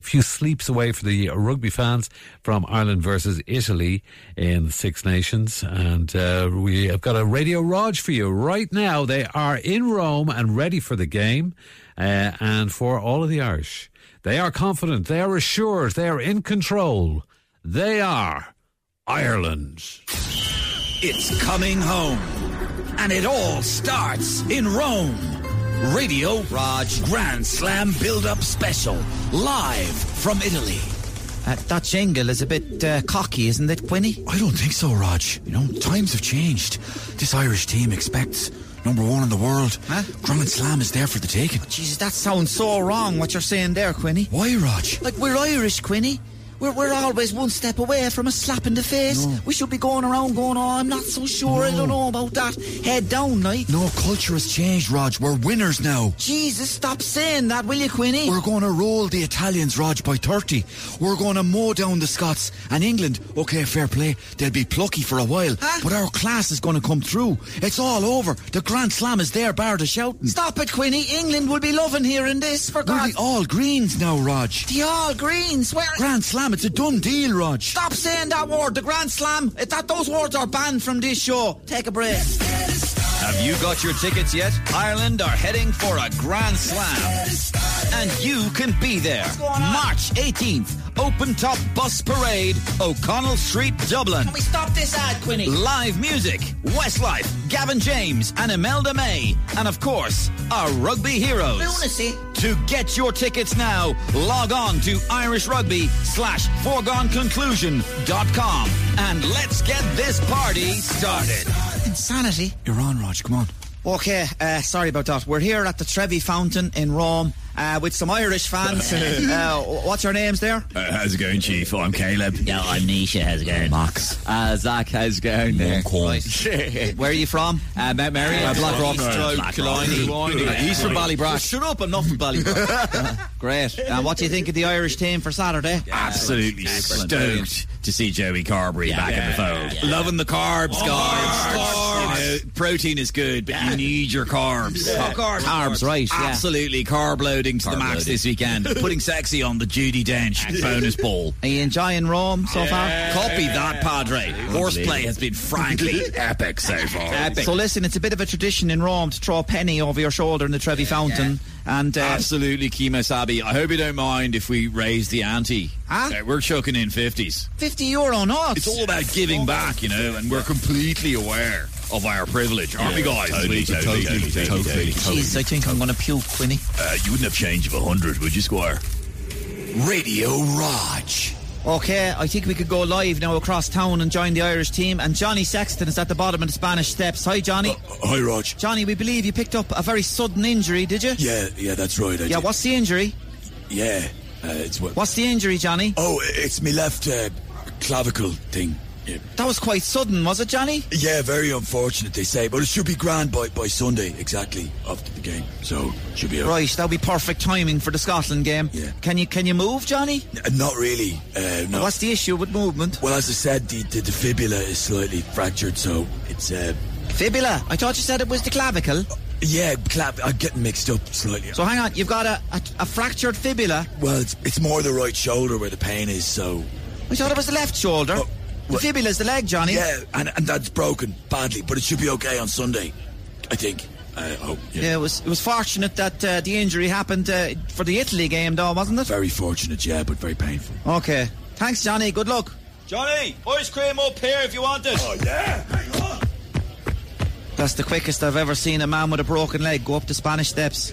few sleeps away for the rugby fans from Ireland versus Italy in Six Nations. And uh, we have got a Radio Raj for you right now. They are in Rome and ready for the game uh, and for all of the Irish. They are confident, they are assured, they are in control. They are Ireland. It's coming home. And it all starts in Rome. Radio Raj Grand Slam Build Up Special, live from Italy. Uh, that jingle is a bit uh, cocky, isn't it, Quinny? I don't think so, Raj. You know, times have changed. This Irish team expects number one in the world. Huh? Grand Slam is there for the taking. Jesus, that sounds so wrong, what you're saying there, Quinny. Why, Raj? Like, we're Irish, Quinny. We're, we're always one step away from a slap in the face. We should be going around going, oh, I'm not so sure, I don't know about that. Head down, like. No, culture has changed, Raj. We're winners now. Jesus, stop saying that, will you, Quinny? We're going to roll the Italians, Raj, by 30. We're going to mow down the Scots. And England, okay, fair play. They'll be plucky for a while. Huh? But our class is going to come through. It's all over. The Grand Slam is there, bar the shouting. Stop it, Quinny. England will be loving hearing this, for We're God. the all greens now, Raj. The All Greens, where... Grand Slam, it's a done deal, Raj. Stop saying that word, the Grand Slam. It, that Those words are banned from this show. Take a break. Have you got your tickets yet? Ireland are heading for a Grand Slam. And you can be there. going on? March 18th, open top bus parade, O'Connell Street, Dublin. Can we stop this ad, Quinny? Live music, Westlife, Gavin James, and Imelda May. And of course, our rugby heroes. Lunacy. To get your tickets now, log on to irishrugby slash foregoneconclusion.com. And let's get this party started. Insanity. You're on, Raj. Come on. Okay, uh, sorry about that. We're here at the Trevi Fountain in Rome uh, with some Irish fans. uh, what's your names there? Uh, how's it going, Chief? I'm Caleb. No, I'm Nisha. How's it going? Max. Uh, Zach, how's it going there? Where are you from? Uh, Mount Mary? Uh, Blackrock. He's from Ballybrack. Shut up, I'm not from Ballybrack. Great. And what do you think of the Irish team for Saturday? Absolutely Excellent. stoked to see Joey Carberry back in the fold. Loving the carbs, guys. You know, protein is good, but you need your Oh, carbs. course. Carbs, right, yeah. Absolutely carb loading to the max loading. this weekend. Putting sexy on the Judy Dench bonus ball. Are you enjoying Rome so Copy that, Padre. Horseplay has been frankly epic so far. far? So listen, it's a bit of a tradition in Rome to throw a penny over your shoulder in the Trevi Fountain. And Ah. uh, Absolutely, Kimo Sabi. I hope you don't mind if we raise the ante. Huh? Uh, we're chucking in 50s. 50 euro notes. It's all about giving back, you know, and we're completely aware of our privilege, aren't we, guys? Totally, totally, totally, Jeez, I think I'm going to puke, Quinny. Uh, you wouldn't have change of a hundred, would you, Squire? Radio Raj. Okay, I think we could go live now across town and join the Irish team. And Johnny Sexton is at the bottom of the Spanish steps. Hi, Johnny. Uh, Hi, Raj. Johnny, we believe you picked up a very sudden injury, did you? Yeah, yeah, that's right. I Yeah, did. what's the injury? Yeah, uh, it's what? What's the injury, Johnny? Oh, it's me left uh, clavicle thing. Yeah. That was quite sudden, was it, Johnny? yeah, very unfortunate, they say, but it should be grand by, by Sunday, exactly, after the game. So, should be all Right, that'll be perfect timing for the Scotland game. Yeah. Can you can you move, Johnny? Uh, Not really, uh, no. What's the issue with movement? Well, as I said, the, the, the fibula is slightly fractured, so it's, uh, Fibula. I thought you said it was the clavicle. yeah, clav- I'm getting mixed up slightly. So hang on, you've got a, a, a fractured fibula. well, it's, it's more the right shoulder where the pain is, so I thought it was the left shoulder. Oh, the what- fibula's the leg, Johnny. Yeah, and, and that's broken badly, but it should be okay on Sunday, I think. Uh, oh, yeah. Yeah, it was it was fortunate that uh, the injury happened uh, for the Italy game, though, wasn't it? Very fortunate, yeah, but very painful. Okay. Thanks, Johnny. Good luck. Johnny, ice cream up here if you want it. That's the quickest I've ever seen a man with a broken leg go up the Spanish steps.